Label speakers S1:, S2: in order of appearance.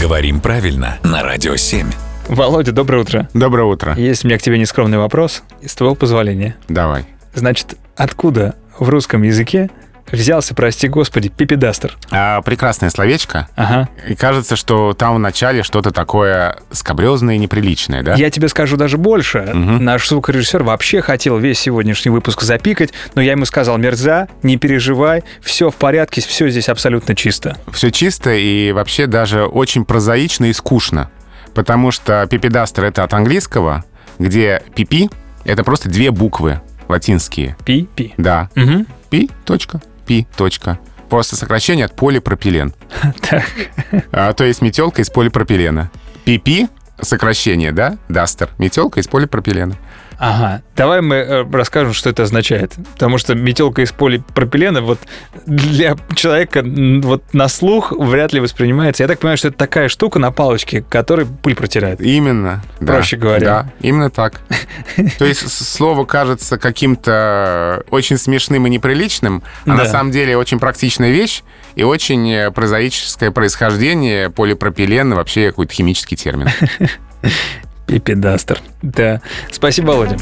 S1: Говорим правильно на Радио 7.
S2: Володя, доброе утро.
S3: Доброе утро.
S2: Есть у меня к тебе нескромный вопрос, с твоего позволения.
S3: Давай.
S2: Значит, откуда в русском языке взялся, прости господи, пипедастер?
S3: А, прекрасное словечко.
S2: Ага.
S3: И кажется, что там в начале что-то такое скабрёзное и неприличное, да?
S2: Я тебе скажу даже больше. Наш звукорежиссер вообще хотел весь сегодняшний выпуск запикать, но я ему сказал, мерза, не переживай, все в порядке, все здесь абсолютно чисто.
S3: Все чисто и вообще даже очень прозаично и скучно. Потому что пипедастер — это от английского, где пипи — это просто две буквы латинские.
S2: Пи-пи.
S3: Да.
S2: Мгм.
S3: Пи, точка, пи, точка. Просто сокращение от полипропилен.
S2: Так.
S3: А, то есть метелка из полипропилена. Пипи — сокращение, да? Дастер. Метелка из полипропилена.
S2: Ага, давай мы э, расскажем, что это означает. Потому что метелка из полипропилена вот для человека м, вот на слух вряд ли воспринимается. Я так понимаю, что это такая штука на палочке, которой пыль протирает.
S3: Именно. да.
S2: Проще говоря.
S3: Да, именно так. То есть с- слово кажется каким-то очень смешным и неприличным, а
S2: Да.
S3: на самом деле очень практичная вещь и очень э, прозаическое происхождение полипропилен, вообще какой-то химический термин.
S2: Пипедастер. Да. Спасибо, Володя.